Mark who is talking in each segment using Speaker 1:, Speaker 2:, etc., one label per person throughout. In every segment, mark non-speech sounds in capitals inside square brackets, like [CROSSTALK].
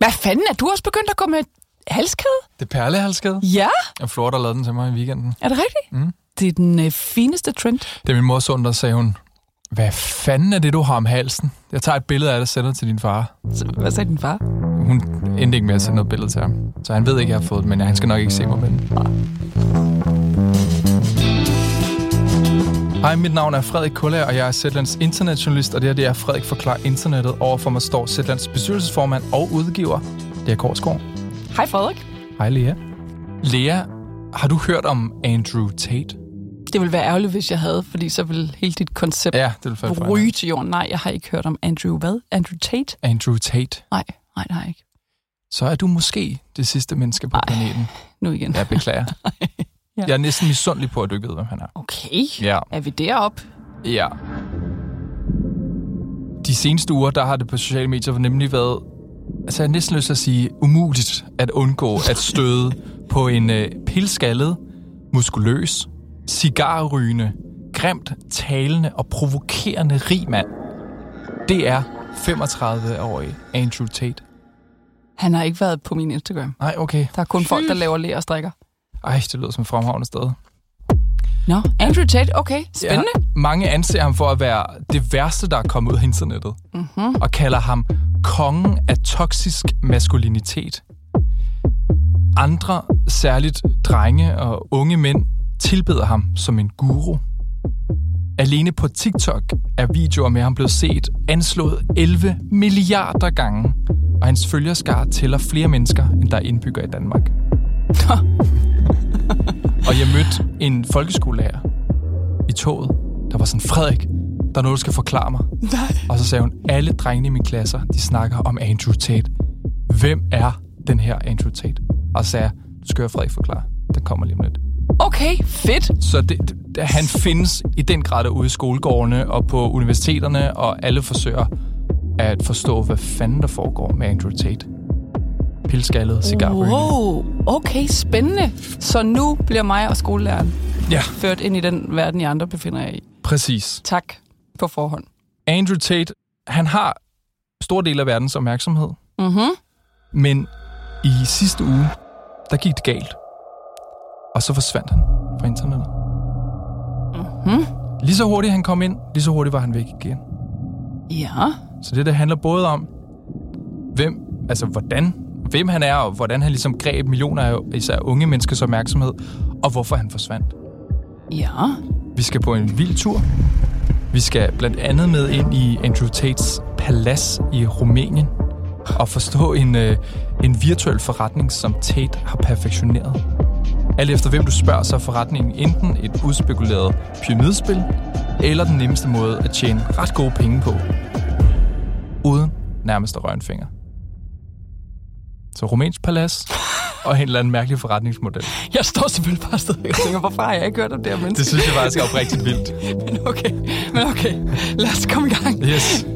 Speaker 1: Hvad fanden er du også begyndt at gå med halskæde?
Speaker 2: Det er perlehalskæde.
Speaker 1: Ja,
Speaker 2: Og Flor, der lavede den til mig i weekenden.
Speaker 1: er det rigtigt?
Speaker 2: Mm.
Speaker 1: Det er den øh, fineste trend.
Speaker 2: Det er min mor søndag, sagde hun. Hvad fanden er det, du har om halsen? Jeg tager et billede af det og sender det til din far.
Speaker 1: Så, hvad sagde din far?
Speaker 2: Hun endte ikke med at sende noget billede til ham. Så han ved ikke, at jeg har fået det, men han skal nok ikke se mig med den. Hej, mit navn er Frederik Kulla, og jeg er Zetlands internetjournalist, og det her det er Frederik Forklar Internettet. Overfor mig står Zetlands bestyrelsesformand og udgiver, Lea Korsgaard.
Speaker 1: Hej Frederik.
Speaker 2: Hej, Lea. Lea, har du hørt om Andrew Tate?
Speaker 1: Det ville være ærgerligt, hvis jeg havde, fordi så ville hele dit koncept
Speaker 2: Ja, det vil faktisk
Speaker 1: ja, ryge til jorden. Nej, jeg har ikke hørt om Andrew hvad? Andrew Tate?
Speaker 2: Andrew Tate.
Speaker 1: Nej, nej, det har jeg ikke.
Speaker 2: Så er du måske det sidste menneske på
Speaker 1: Ej.
Speaker 2: planeten.
Speaker 1: Nu igen.
Speaker 2: Jeg beklager.
Speaker 1: Ja.
Speaker 2: Jeg er næsten misundelig på, at du ikke ved, hvem han er.
Speaker 1: Okay.
Speaker 2: Ja.
Speaker 1: Er vi deroppe?
Speaker 2: Ja. De seneste uger, der har det på sociale medier nemlig været, altså jeg har næsten lyst til at sige, umuligt at undgå at støde på en øh, pilskaldet, muskuløs, cigarrygende, grimt talende og provokerende rig mand. Det er 35-årige Andrew Tate.
Speaker 1: Han har ikke været på min Instagram.
Speaker 2: Nej, okay.
Speaker 1: Der er kun folk, der laver lærer og strikker.
Speaker 2: Ej, det lyder som et fremragende sted.
Speaker 1: Nå, Andrew Tate, okay. Spændende.
Speaker 2: Ja, mange anser ham for at være det værste, der er kommet ud af internettet. Mm-hmm. Og kalder ham kongen af toksisk maskulinitet. Andre, særligt drenge og unge mænd, tilbeder ham som en guru. Alene på TikTok er videoer med ham blevet set anslået 11 milliarder gange, og hans følgerskare tæller flere mennesker, end der er indbygger i Danmark. og jeg mødte en folkeskolelærer, i toget, der var sådan, Frederik, der er noget, du skal forklare mig.
Speaker 1: Nej.
Speaker 2: Og så sagde hun, alle drengene i min klasse, de snakker om Andrew Tate. Hvem er den her Andrew Tate? Og så sagde jeg, du skal høre Frederik forklare. Den kommer lige om lidt.
Speaker 1: Okay, fedt.
Speaker 2: Så det, det, han findes i den grad derude i skolegårdene og på universiteterne, og alle forsøger at forstå, hvad fanden der foregår med Andrew Tate. Pilskaldet, cigarrygende.
Speaker 1: Wow, okay, spændende. Så nu bliver mig og skolelæreren
Speaker 2: Ja,
Speaker 1: ført ind i den verden, jeg andre befinder jer i.
Speaker 2: præcis.
Speaker 1: Tak på forhånd.
Speaker 2: Andrew Tate, han har stor del af verdens opmærksomhed.
Speaker 1: Mhm.
Speaker 2: Men i sidste uge, der gik det galt. Og så forsvandt han fra internettet.
Speaker 1: Mhm.
Speaker 2: Lige så hurtigt han kom ind, lige så hurtigt var han væk igen.
Speaker 1: Ja,
Speaker 2: Så det, det handler både om, hvem, altså hvordan, hvem han er, og hvordan han ligesom greb millioner af især unge menneskers opmærksomhed, og hvorfor han forsvandt.
Speaker 1: ja.
Speaker 2: Vi skal på en vild tur. Vi skal blandt andet med ind i Andrew Tates palads i Rumænien og forstå en, øh, en virtuel forretning, som Tate har perfektioneret. Alt efter hvem du spørger, så er forretningen enten et udspekuleret pyramidespil, eller den nemmeste måde at tjene ret gode penge på, uden nærmest at røre en finger. Så rumænsk palads og en eller anden mærkelig forretningsmodel.
Speaker 1: Jeg står selvfølgelig bare stadig og tænker, hvorfor har jeg ikke hørt om det her menneske?
Speaker 2: Det synes jeg faktisk er oprigtigt vildt.
Speaker 1: [LAUGHS] Men okay, men okay. Lad os komme i gang.
Speaker 2: Yes.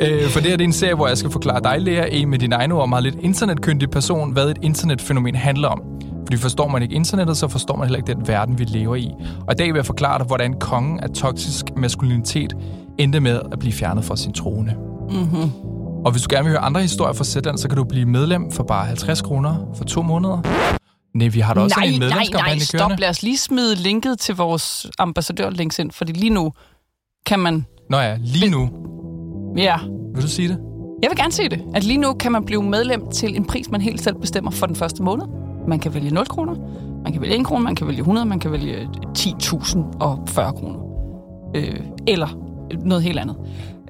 Speaker 2: Øh, for det her det er en serie, hvor jeg skal forklare dig, Lea, en med dine egne ord meget lidt internetkyndig person, hvad et internetfænomen handler om. Fordi forstår man ikke internettet, så forstår man heller ikke den verden, vi lever i. Og i dag vil jeg forklare dig, hvordan kongen af toksisk maskulinitet endte med at blive fjernet fra sin trone. Mm-hmm. Og hvis du gerne vil høre andre historier fra Zetland, så kan du blive medlem for bare 50 kroner for to måneder. Nej, vi har da også
Speaker 1: nej,
Speaker 2: sådan en
Speaker 1: nej, nej,
Speaker 2: medlemskampagne
Speaker 1: stop. Lad os lige smide linket til vores ambassadør links ind, fordi lige nu kan man...
Speaker 2: Nå ja, lige nu.
Speaker 1: Ja,
Speaker 2: Vil du sige det?
Speaker 1: jeg vil gerne se det. At lige nu kan man blive medlem til en pris, man helt selv bestemmer for den første måned. Man kan vælge 0 kroner, man kan vælge 1 kroner, man kan vælge 100, man kan vælge øh, 10.040 kroner. Øh, eller noget helt andet.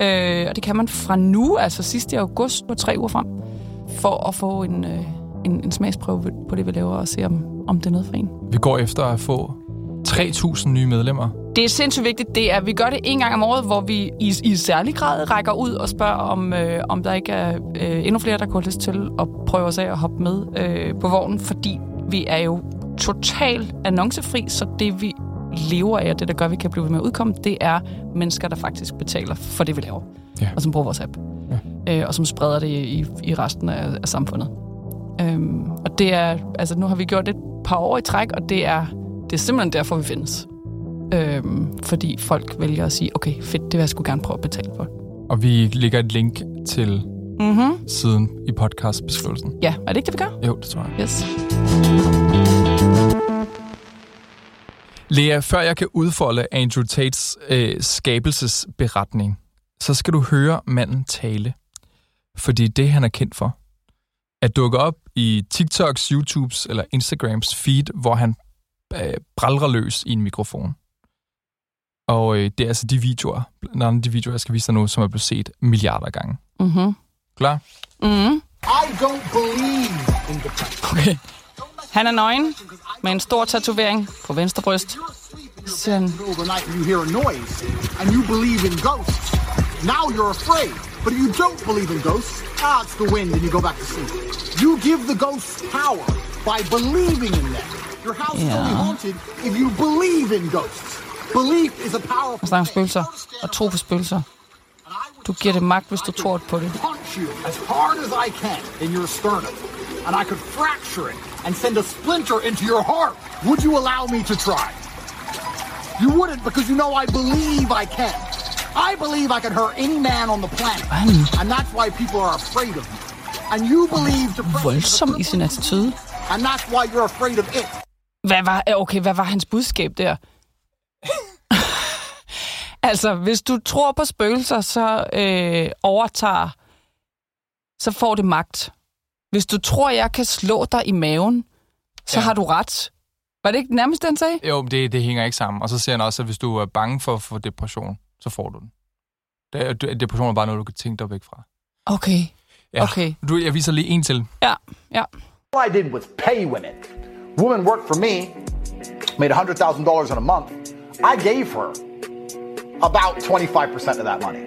Speaker 1: Øh, og det kan man fra nu, altså sidst i august, på tre uger frem, for at få en, øh, en, en smagsprøve på det, vi laver, og se, om, om det er noget for en.
Speaker 2: Vi går efter at få 3.000 nye medlemmer.
Speaker 1: Det er sindssygt vigtigt. Det er, vi gør det en gang om året, hvor vi i, i særlig grad rækker ud og spørger, om, øh, om der ikke er øh, endnu flere, der kunne have lyst til at prøve os af og hoppe med øh, på vognen, fordi vi er jo totalt annoncefri, så det vi lever af, og det der gør, at vi kan blive ved med at udkomme, det er mennesker, der faktisk betaler for det, vi laver,
Speaker 2: Ja.
Speaker 1: og som bruger vores app, ja. øh, og som spreder det i, i resten af, af samfundet. Øhm, og det er, altså nu har vi gjort det et par år i træk, og det er, det er simpelthen derfor, vi findes. Øhm, fordi folk vælger at sige, okay, fedt, det vil jeg sgu gerne prøve at betale for.
Speaker 2: Og vi lægger et link til
Speaker 1: Mm-hmm.
Speaker 2: siden i podcastbeskrivelsen.
Speaker 1: Ja, er det ikke det, vi gør?
Speaker 2: Jo, det tror jeg.
Speaker 1: Yes.
Speaker 2: Lea, før jeg kan udfolde Andrew Tates øh, skabelsesberetning, så skal du høre manden tale. Fordi det, han er kendt for, at dukke op i TikToks, YouTubes eller Instagrams feed, hvor han øh, bralrer løs i en mikrofon. Og øh, det er altså de videoer, blandt andet de videoer, jeg skal vise dig nu, som er blevet set milliarder af gange.
Speaker 1: Mm-hmm.
Speaker 2: Klar?
Speaker 1: Mm-hmm.
Speaker 3: I don't believe in depression.
Speaker 2: Okay.
Speaker 1: Han er nøgen med en stor tatovering på venstre bryst. Siger han,
Speaker 3: Middle of the night and you hear a noise and you believe in ghosts. Now you're afraid. But if you don't believe in ghosts, ah, it's the wind and you go back to sleep. You give the ghosts power by believing in them. Your house is
Speaker 1: Yeah.
Speaker 3: only haunted if you believe in ghosts. Belief is a powerful
Speaker 1: snakker om
Speaker 3: thing.
Speaker 1: spøgelser og tro på spøgelser. Du giver det magt, hvis du tror på det.
Speaker 3: punch you as hard as I can in your sternum, and I could fracture it and send a splinter into your heart. Would you allow me to try? You wouldn't because you know I believe I can. I believe I can hurt any man on the planet,
Speaker 1: Ej.
Speaker 3: and that's why people are afraid of me. And you believe depression is a
Speaker 1: Voldsom i sin
Speaker 3: crippling
Speaker 1: attitude.
Speaker 3: disease, and that's why you're afraid of it.
Speaker 1: Hvad var, ja, okay, hvad var hans budskab der? [LAUGHS] altså, hvis du tror på spøgelser, så øh, overtager, så får det magt. Hvis du tror, jeg kan slå dig i maven, så
Speaker 2: Ja.
Speaker 1: ja. har du ret. Var det ikke nærmest, den sagde?
Speaker 2: Jo, men det, det hænger ikke sammen. Og så siger han også, at hvis du er bange for at få depression, så får du den. Det, er- depression er bare noget, du kan tænke dig væk fra.
Speaker 1: Okay.
Speaker 2: Ja.
Speaker 1: Okay.
Speaker 2: Du, jeg viser lige en til.
Speaker 1: Ja, ja.
Speaker 3: All I did was pay women. Woman worked for me, made $100,000 in a month. I gave her about 25% of that money.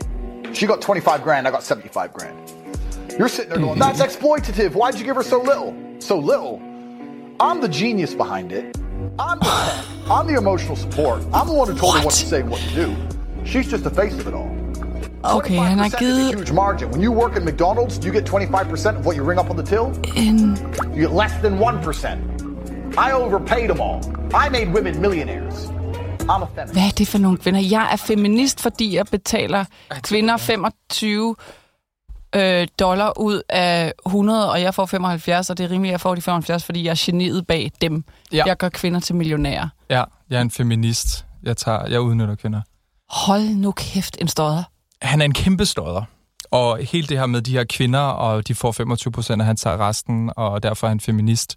Speaker 3: She got 25 grand, I got 75 grand. You're sitting there going, that's exploitative. Why'd you give her so little? So little. I'm the genius behind it. I'm the, [SIGHS] tech. I'm the emotional support. I'm the one who told her what to
Speaker 1: What?
Speaker 3: say and what to do. She's just the face of it all.
Speaker 1: Okay, han har
Speaker 3: 25% is a
Speaker 1: givet
Speaker 3: huge margin. When you work at McDonald's, do you get 25% of what you ring up on the till?
Speaker 1: en...
Speaker 3: You get less than 1%. I overpaid them all. I made women millionaires. I'm a feminist.
Speaker 1: Hvad er det for nogle kvinder? Jeg er feminist, fordi jeg betaler kvinder 25 øh, dollar ud af 100, og jeg får 75, og det er rimeligt, at jeg får de 75, fordi jeg er geniet bag dem.
Speaker 2: Ja.
Speaker 1: Ja. Jeg gør kvinder til millionærer.
Speaker 2: Ja, jeg er en feminist. Jeg, tager, jeg udnytter kvinder.
Speaker 1: Hold nu kæft, en stodder.
Speaker 2: Han er en kæmpe stodder. Og hele det her med de her kvinder, og de får 25 procent, og han tager resten, og derfor er han feminist.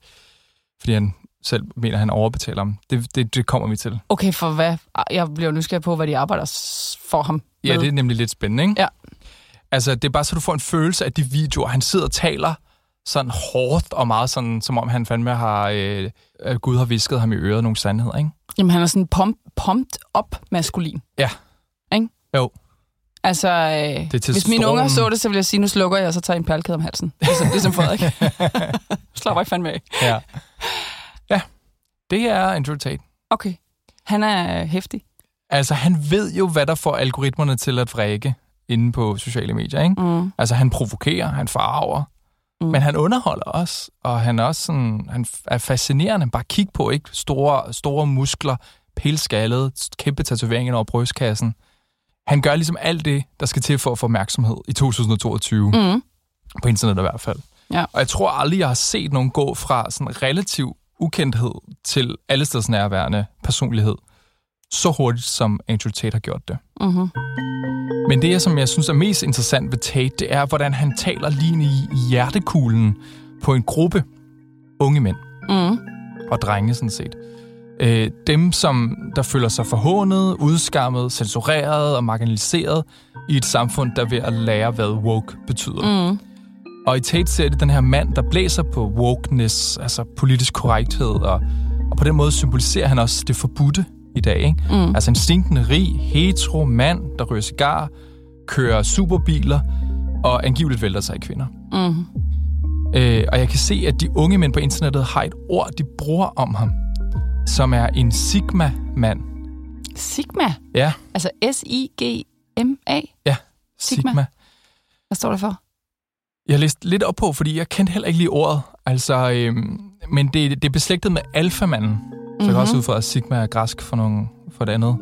Speaker 2: Fordi han selv mener, at han overbetaler dem. Det, det, det kommer vi til.
Speaker 1: Okay, for hvad? Jeg bliver jo nysgerrig på, hvad de arbejder s- for ham
Speaker 2: Ja,
Speaker 1: med.
Speaker 2: det er nemlig lidt spændende, ikke?
Speaker 1: Ja.
Speaker 2: Altså, det er bare så, du får en følelse af de videoer. Han sidder og taler sådan hårdt og meget sådan, som om han fandme har... Øh, at Gud har visket ham i øret nogle sandheder, ikke?
Speaker 1: Jamen, han er sådan pump, pumped op maskulin.
Speaker 2: Ja.
Speaker 1: Ikke?
Speaker 2: Jo.
Speaker 1: Altså, øh,
Speaker 2: er til
Speaker 1: hvis mine
Speaker 2: strålen.
Speaker 1: unger så det, så ville jeg sige, nu slukker jeg, og så tager jeg en perlekæde om halsen. Ligesom, ligesom [LAUGHS]
Speaker 2: [LAUGHS]
Speaker 1: Frederik. Slapper ikke fandme af.
Speaker 2: Ja. ja. Det er Andrew Tate.
Speaker 1: Okay. Han er hæftig.
Speaker 2: Altså, han ved jo, hvad der får algoritmerne til at række inde på sociale medier, ikke? Mm. Altså, han provokerer, han farver, mm. men han underholder også, og han er også sådan, han f- er fascinerende. Bare kig på, ikke? Store, store muskler, pilskallet, kæmpe tatoveringer over brystkassen. Han gør ligesom alt det, der skal til for at få opmærksomhed i 2022. Mm. På internettet i hvert fald.
Speaker 1: Ja.
Speaker 2: Og jeg tror aldrig, jeg har set nogen gå fra sådan relativ ukendthed til allesteds nærværende personlighed så hurtigt, som Andrew Tate har gjort det.
Speaker 1: Mm-hmm.
Speaker 2: Men det, som jeg synes er mest interessant ved Tate, det er, hvordan han taler lige ind i hjertekuglen på en gruppe unge mænd
Speaker 1: Mm.
Speaker 2: og drenge sådan set. Øh, dem, som der føler sig forhånet, udskammet, censureret og marginaliseret i et samfund, der er ved at lære, hvad woke betyder. Mm. Og i Tate ser det den her mand, der blæser på wokeness, altså politisk korrekthed, og, og på den måde symboliserer han også det forbudte i dag. Ikke? Mm. Altså en stinkende rig, hetero mand, der rører cigar, kører superbiler og angiveligt vælter sig i kvinder.
Speaker 1: mm.
Speaker 2: Øh, og jeg kan se, at de unge mænd på internettet har et ord, de bruger om ham, som er en sigma-mand.
Speaker 1: Sigma.
Speaker 2: Ja,
Speaker 1: Altså S-I-G-M-A.
Speaker 2: ja.
Speaker 1: Sigma. Hvad står det for?
Speaker 2: Jeg læste lidt op på, fordi jeg kendte heller ikke lige ordet. Altså, øhm,
Speaker 1: Mhm.
Speaker 2: men det, det er beslægtet med alfamanden. Så mm-hmm. jeg kan også ud fra, at sigma er græsk for, nogle, for det andet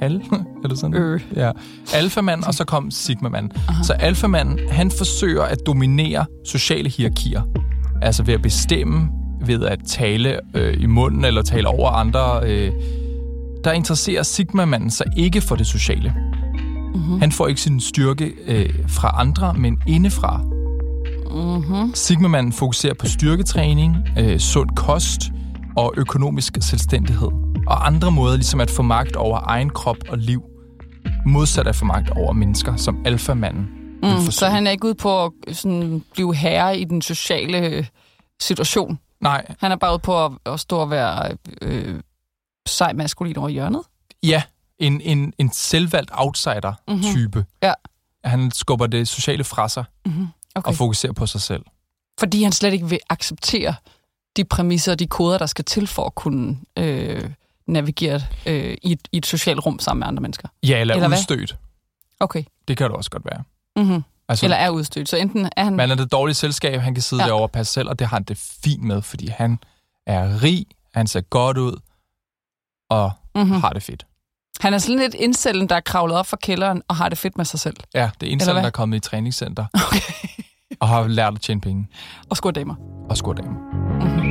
Speaker 2: tal, [LAUGHS] eller sådan
Speaker 1: Øh.
Speaker 2: Ja. Alfamanden, og så kom Sigmamanden. Så alfamanden, han forsøger at dominere sociale hierarkier. Altså ved at bestemme, ved at tale øh, i munden, eller tale over andre. Øh. Der interesserer Sigmamanden sig ikke for det sociale. Mm-hmm. Han får ikke sin styrke øh, fra andre, men indefra. Mm-hmm. Sigmamanden fokuserer på styrketræning, øh, sund kost og økonomisk selvstændighed. Og andre måder ligesom at få magt over egen krop og liv. Modsat at få magt over mennesker, som alfamanden vil forsøge.
Speaker 1: Mm, Så han er ikke ude på at sådan, blive herre i den sociale øh, situation.
Speaker 2: Nej,
Speaker 1: Han er bare ude på at, at stå og være øh, sej maskulin over hjørnet.
Speaker 2: ja, en, en, en selvvalgt outsider-type. Mm-hmm.
Speaker 1: Mhm. Ja,
Speaker 2: Han skubber det sociale fra sig
Speaker 1: okay.
Speaker 2: og fokuserer på sig selv.
Speaker 1: Fordi han slet ikke vil acceptere de præmisser og de koder, der skal til for at kunne øh, navigere øh, i, et, i et socialt rum sammen med andre mennesker.
Speaker 2: Ja, eller,
Speaker 1: Eller
Speaker 2: eller
Speaker 1: hvad?
Speaker 2: udstødt.
Speaker 1: Okay.
Speaker 2: Det kan det også godt være.
Speaker 1: Mm-hmm.
Speaker 2: Altså,
Speaker 1: Eller er udstødt. Så enten er han...
Speaker 2: Man er det dårlige selskab, han kan sidde
Speaker 1: Ja.
Speaker 2: ja. derovre og passe selv, og det har han det fint med, fordi han er rig, han ser godt ud, og mm-hmm.
Speaker 1: Mhm.
Speaker 2: har det fedt.
Speaker 1: Han er sådan lidt indsælden, der er kravlet op fra kælderen og har det fedt med sig selv.
Speaker 2: Ja, det er indsatte,
Speaker 1: hvad?
Speaker 2: der er kommet i
Speaker 1: [LAUGHS]
Speaker 2: træningscenter, okay. og har lært at tjene penge
Speaker 1: Og skur damer.
Speaker 2: og score damer. Mhm.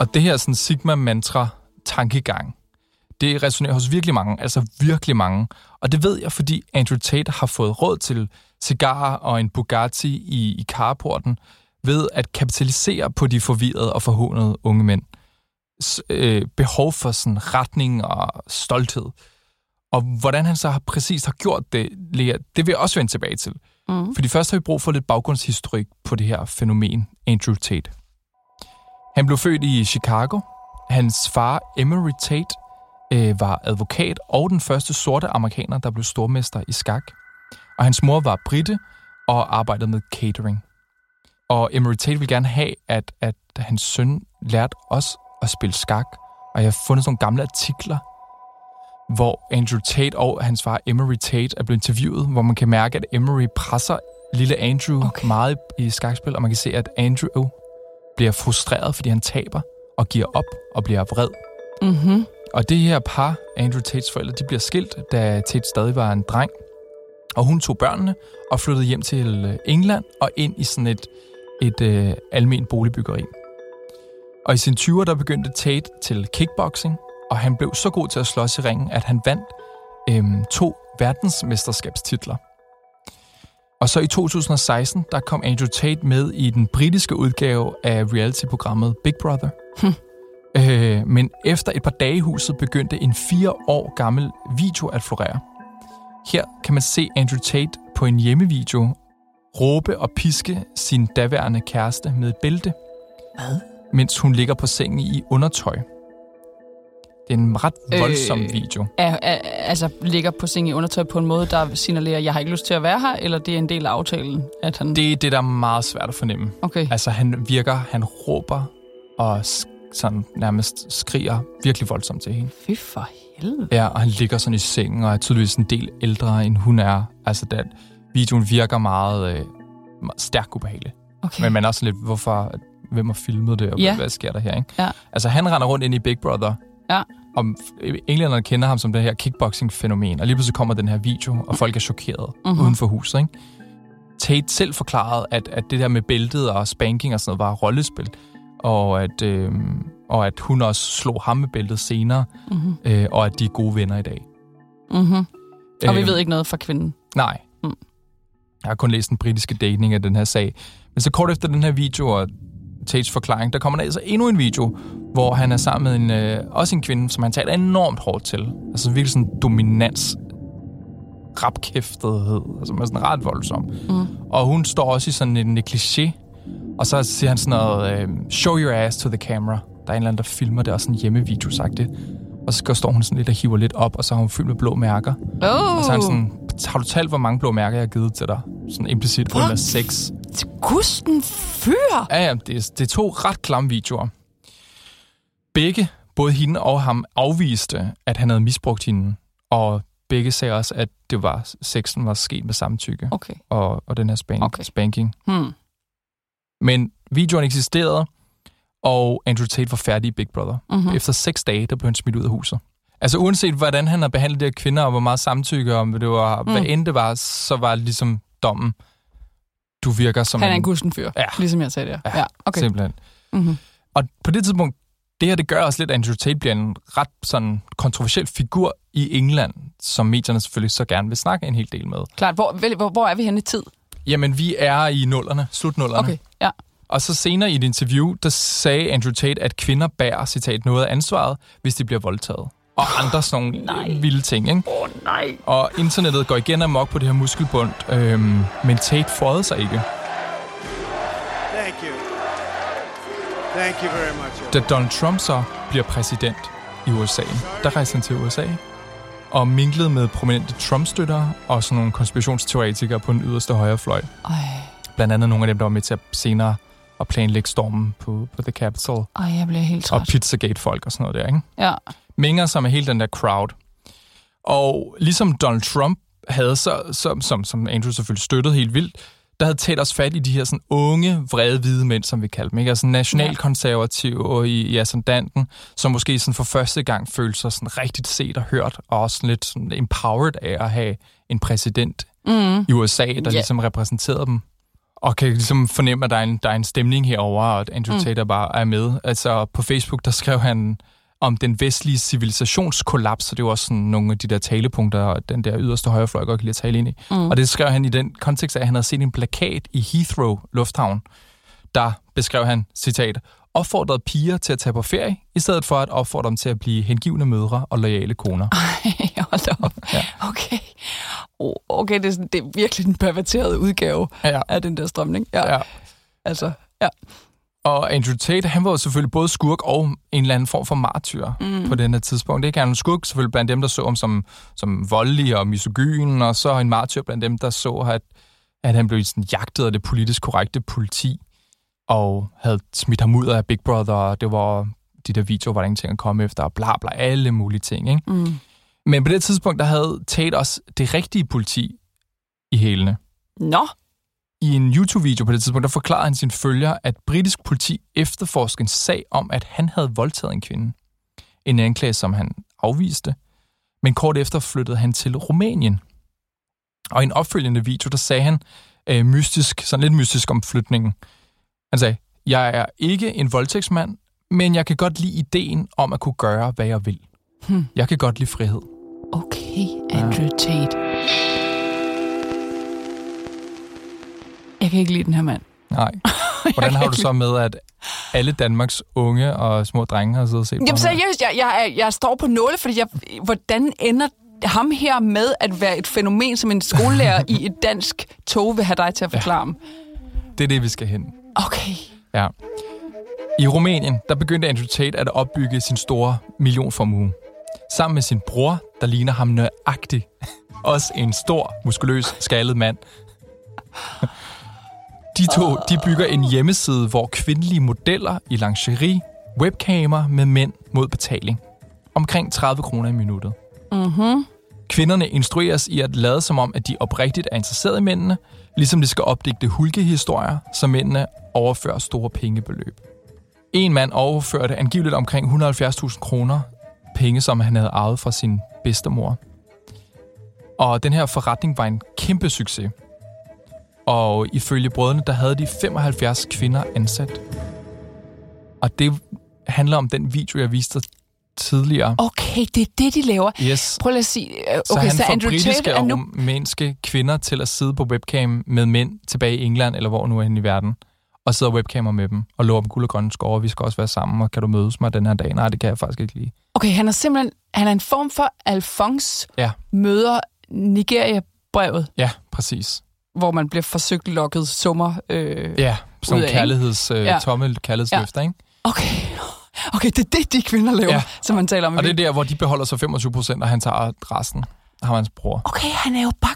Speaker 2: Og det her sådan Sigma-mantra-tankegang, det resonerer hos virkelig mange, altså virkelig mange. Og det ved jeg, fordi Andrew Tate har fået råd til cigarer og en Bugatti i, i carporten ved at kapitalisere på de forvirrede og forhånede unge mænd. S- øh, behov for sådan retning og stolthed. Og hvordan han så har præcis har gjort det, Lea, det vil jeg også vende tilbage til. Mm. Fordi først har vi brug for lidt baggrundshistorik på det her fænomen, Andrew Tate. Han blev født i Chicago. Hans far, Emery Tate, øh, var advokat og den første sorte amerikaner, der blev stormester i skak. Og hans mor var brite og arbejdede med catering. Og Emery Tate ville gerne have, at, at hans søn lærte os at spille skak. Og jeg har fundet sådan nogle gamle artikler, hvor Andrew Tate og hans far Emery Tate er blevet interviewet, hvor man kan mærke, at Emery presser lille Andrew
Speaker 1: Okay.
Speaker 2: okay. meget i skakspil, og man kan se, at Andrew bliver frustreret, fordi han taber og giver op og bliver vred.
Speaker 1: Mm-hmm.
Speaker 2: Og det her par, Andrew Tates forældre, de bliver skilt, da Tate stadig var en dreng. Og hun tog børnene og flyttede hjem til øh, England og ind i sådan et, et øh, almen boligbyggeri. Og i sine 20'er, der begyndte Tate til kickboxing, og han blev så god til at slås i ringen, at han vandt øhm, to verdensmesterskabstitler. Og så i 2016, der kom Andrew Tate med i den britiske udgave af reality-programmet Big Brother. Øh, men efter et par dage i huset begyndte en fire år gammel video at florere. Her kan man se Andrew Tate på en hjemmevideo råbe og piske sin daværende kæreste med et bælte, mens hun ligger på sengen i undertøj. Det er en ret voldsom
Speaker 1: Øh.
Speaker 2: video.
Speaker 1: Er, er, altså ligger på seng i undertøj på en måde, der signalerer, at jeg har ikke lyst til at være her, eller det er en del af aftalen, at han...
Speaker 2: Det er det, der er meget svært at fornemme.
Speaker 1: Okay.
Speaker 2: Altså, han virker, han råber og sk- sådan nærmest skriger virkelig voldsomt til hende.
Speaker 1: Fy for helvede.
Speaker 2: Ja, og han ligger sådan i sengen og er tydeligvis en del ældre, end hun er. Altså, den videoen virker meget øh, me- stærkt ubehagelig.
Speaker 1: Okay.
Speaker 2: Men man er også lidt, hvorfor, hvem har filmet det, og
Speaker 1: Ja.
Speaker 2: ja. hvad sker der her, ikke?
Speaker 1: Ja.
Speaker 2: Altså, han render rundt ind i Big Brother,
Speaker 1: Ja.
Speaker 2: og englænderne kender ham som det her kickboxing-fænomen, og lige pludselig kommer den her video, og folk er chokeret
Speaker 1: Mhm.
Speaker 2: mm-hmm. uden for huset, ikke? Tate selv forklarede, at, at det der med bæltet og spanking og sådan noget var rollespil, og at, øh, og at hun også slog ham med bæltet senere,
Speaker 1: Mhm.
Speaker 2: mm-hmm. øh, og at de er gode venner i dag.
Speaker 1: Mm-hmm. Og vi
Speaker 2: Øh,
Speaker 1: ved ikke noget fra kvinden.
Speaker 2: Nej.
Speaker 1: Mm.
Speaker 2: Mm. Jeg har kun læst den britiske dating af den her sag. Men så kort efter den her video og Tates forklaring, der kommer der altså endnu en video, hvor han er sammen med en, øh, også en kvinde, som han taler enormt hårdt til. Altså virkelig sådan dominans rapkæftethed, altså man er sådan ret voldsom. Mm. Og hun står også i sådan en negligé, og så siger han sådan noget, øh, show your ass to the camera. Der er en eller anden, der filmer det, og sådan en hjemmevideo sagt det. Og så står hun sådan lidt og hiver lidt op, og så har hun fyldt med blå mærker.
Speaker 1: Åh,
Speaker 2: Og så er han sådan, har du talt, hvor mange blå mærker, jeg har givet til dig? Sådan implicit
Speaker 1: Hvor?
Speaker 2: under seks.
Speaker 1: gusten fyr!
Speaker 2: Ja, ja, det er, det er to ret klamme videoer. Begge, både hende og ham, afviste, at han havde misbrugt hende. Og begge sagde også, at det var, sexen var sket med samtykke.
Speaker 1: Okay. Hmm.
Speaker 2: Og, og den her spank,
Speaker 1: Okay.
Speaker 2: okay. spanking.
Speaker 1: Hmm.
Speaker 2: Men videoen eksisterede, og Andrew Tate var færdig i Big Brother. Mm-hmm.
Speaker 1: Mhm.
Speaker 2: Efter seks dage, der blev han smidt ud af huset. Altså uanset hvordan han har behandlet de her kvinder, og hvor meget samtykke, og om det var, mm. hvad end det var, så var det ligesom dommen. Du virker som
Speaker 1: Han er en gusten fyr,
Speaker 2: Ja.
Speaker 1: ja. ligesom jeg sagde der. Ja, okay.
Speaker 2: simpelthen.
Speaker 1: Mm-hmm.
Speaker 2: Og på det tidspunkt, det her det gør også lidt, at Andrew Tate bliver en ret sådan kontroversiel figur i England, som medierne selvfølgelig så gerne vil snakke en hel del med.
Speaker 1: Klart, hvor, vel- hvor, hvor er vi henne i tid?
Speaker 2: Jamen, vi er i nullerne, slutnullerne.
Speaker 1: Okay, ja.
Speaker 2: Og så senere i et interview, der sagde Andrew Tate, at kvinder bærer, citat, noget af ansvaret, hvis de bliver voldtaget. Og andre sådan nogle vilde ting, ikke?
Speaker 1: Åh oh, nej.
Speaker 2: Og internettet går igen amok på det her muskelbund, øhm, men Tate fåede sig ikke.
Speaker 4: Thank you. Thank you very much.
Speaker 2: Da Donald Trump så bliver præsident i USA, der rejste han til USA og minglede med prominente Trump-støttere og sådan nogle konspirationsteoretikere på den yderste højre fløj.
Speaker 1: Ej,
Speaker 2: Blandt andet nogle af dem, der var med til at senere at planlægge stormen på, på The Capitol.
Speaker 1: ej, jeg bliver helt
Speaker 2: Og
Speaker 1: træt.
Speaker 2: Pizzagate-folk og sådan noget der, ikke?
Speaker 1: Ja.
Speaker 2: minger sig med hele den der crowd. Og ligesom Donald Trump havde, så, som, som, som Andrew selvfølgelig støttede helt vildt, der havde tæt os fat i de her sådan unge, vrede hvide mænd, som vi kaldte dem. Ikke? Altså nationalkonservative og i, i ascendanten, som måske sådan for første gang følte sig sådan rigtigt set og hørt, og også sådan lidt sådan empowered af at have en præsident mm. i USA, der yeah. ligesom repræsenterede dem. Og kan ligesom fornemme, at der er en, der er en stemning herover, og at Andrew mm. Tate er bare er med. Altså på Facebook, der skrev han om den vestlige civilisationskollaps, så det er jo også sådan nogle af de der talepunkter, og den der yderste højrefløj godt kan lide at tale ind i. Mm. Og det skrev han i den kontekst af, at han havde set en plakat i Heathrow Lufthavn, der beskrev han, citat, opfordrede piger til at tage på ferie, i stedet for at opfordre dem til at blive hengivne mødre og lojale koner.
Speaker 1: Ej, hold da op. Ja. Okay. Oh, okay, det er, sådan, det er virkelig den perverterede udgave
Speaker 2: Ja.
Speaker 1: ja. af den der strømning. Ja.
Speaker 2: Ja.
Speaker 1: ja. Altså, ja.
Speaker 2: Og Andrew Tate, han var jo selvfølgelig både skurk og en eller anden form for martyr mm. på den her tidspunkt. Det kan han var en skurk selvfølgelig blandt dem, der så ham som, som voldelig og misogyn, og så en martyr blandt dem, der så, at, at han blev sådan jagtet af det politisk korrekte politi, og havde smidt ham ud af Big Brother, og det var de der videoer, var der ingenting at komme efter, og bla bla, alle mulige ting. Ikke? Mm. Men på det tidspunkt, der havde Tate også det rigtige politi i hælene
Speaker 1: Nå,
Speaker 2: i en YouTube-video på det tidspunkt, der forklarede han sine følgere, at britisk politi efterforskede en sag om, at han havde voldtaget en kvinde. En anklage, som han afviste. Men kort efter flyttede han til Rumænien. Og i en opfølgende video, der sagde han øh, mystisk, sådan lidt mystisk om flytningen. Han sagde, jeg er ikke en voldtægtsmand, men jeg kan godt lide ideen om at kunne gøre, hvad jeg vil. Hmm. Jeg kan godt lide frihed.
Speaker 1: okay, Andrew ja. Tate. Jeg kan ikke lide den her mand.
Speaker 2: Nej. Hvordan har du så med, at alle Danmarks unge og små drenge har siddet og set på
Speaker 1: Jamen
Speaker 2: ham her?
Speaker 1: seriøst, jeg, jeg, er- jeg står på nåle, fordi jeg, hvordan ender ham her med at være et fænomen, som en
Speaker 2: [LAUGHS]
Speaker 1: skolelærer i et dansk tog vil have dig til at forklare ham?
Speaker 2: Det er det, vi skal hen.
Speaker 1: Okay.
Speaker 2: Ja. I Rumænien, der begyndte Andrew Tate at opbygge sin store millionformue. Sammen med sin bror, der ligner ham nøjagtigt. Også en stor, muskuløs, skaldet mand. De to, de bygger en hjemmeside, hvor kvindelige modeller i lingerie, webcamer med mænd mod betaling. Omkring 30 kroner i minuttet. Kvinderne instrueres i at lade som om, at de oprigtigt er interesseret i mændene, ligesom de skal opdigte hulkehistorier, så mændene overfører store pengebeløb. En mand overførte angiveligt omkring 170.000 kroner, penge som han havde arvet fra sin bedstemor. Og den her forretning var en kæmpe succes. Og ifølge brødrene, der havde de 75 kvinder ansat. Og det handler om den video, jeg viste dig tidligere.
Speaker 1: Okay, det er det, de laver.
Speaker 2: Yes.
Speaker 1: Prøv lige at sige... øh, Okay,
Speaker 2: Så okay, han
Speaker 1: så
Speaker 2: får
Speaker 1: Andrew
Speaker 2: britiske
Speaker 1: Tate er
Speaker 2: og
Speaker 1: nu...
Speaker 2: rumænske kvinder til at sidde på webcam med mænd tilbage i England, eller hvor nu er han i verden, og sidder og webcamer med dem, og lover dem guld og grønne skove, og vi skal også være sammen, og kan du mødes mig den her dag? Nej, det kan jeg faktisk ikke lide.
Speaker 1: Okay, han er simpelthen... Han er en form for Alphonse
Speaker 2: Ja,
Speaker 1: møder Nigeria-brevet,
Speaker 2: ja, præcis.
Speaker 1: hvor man bliver forsøgt lokket summer. Øh.
Speaker 2: Ja, sådan
Speaker 1: Ud
Speaker 2: nogle
Speaker 1: af,
Speaker 2: kærligheds, øh, ja.
Speaker 1: Ja.
Speaker 2: tomme kærlighedsløfter, ja. ikke?
Speaker 1: Okay. okay, det er det, de kvinder laver,
Speaker 2: Ja.
Speaker 1: ja. som man taler om. i
Speaker 2: Og det er
Speaker 1: videoen.
Speaker 2: der, hvor de beholder så 25 procent, og han tager resten. Har hans bror.
Speaker 1: Okay, han er jo bare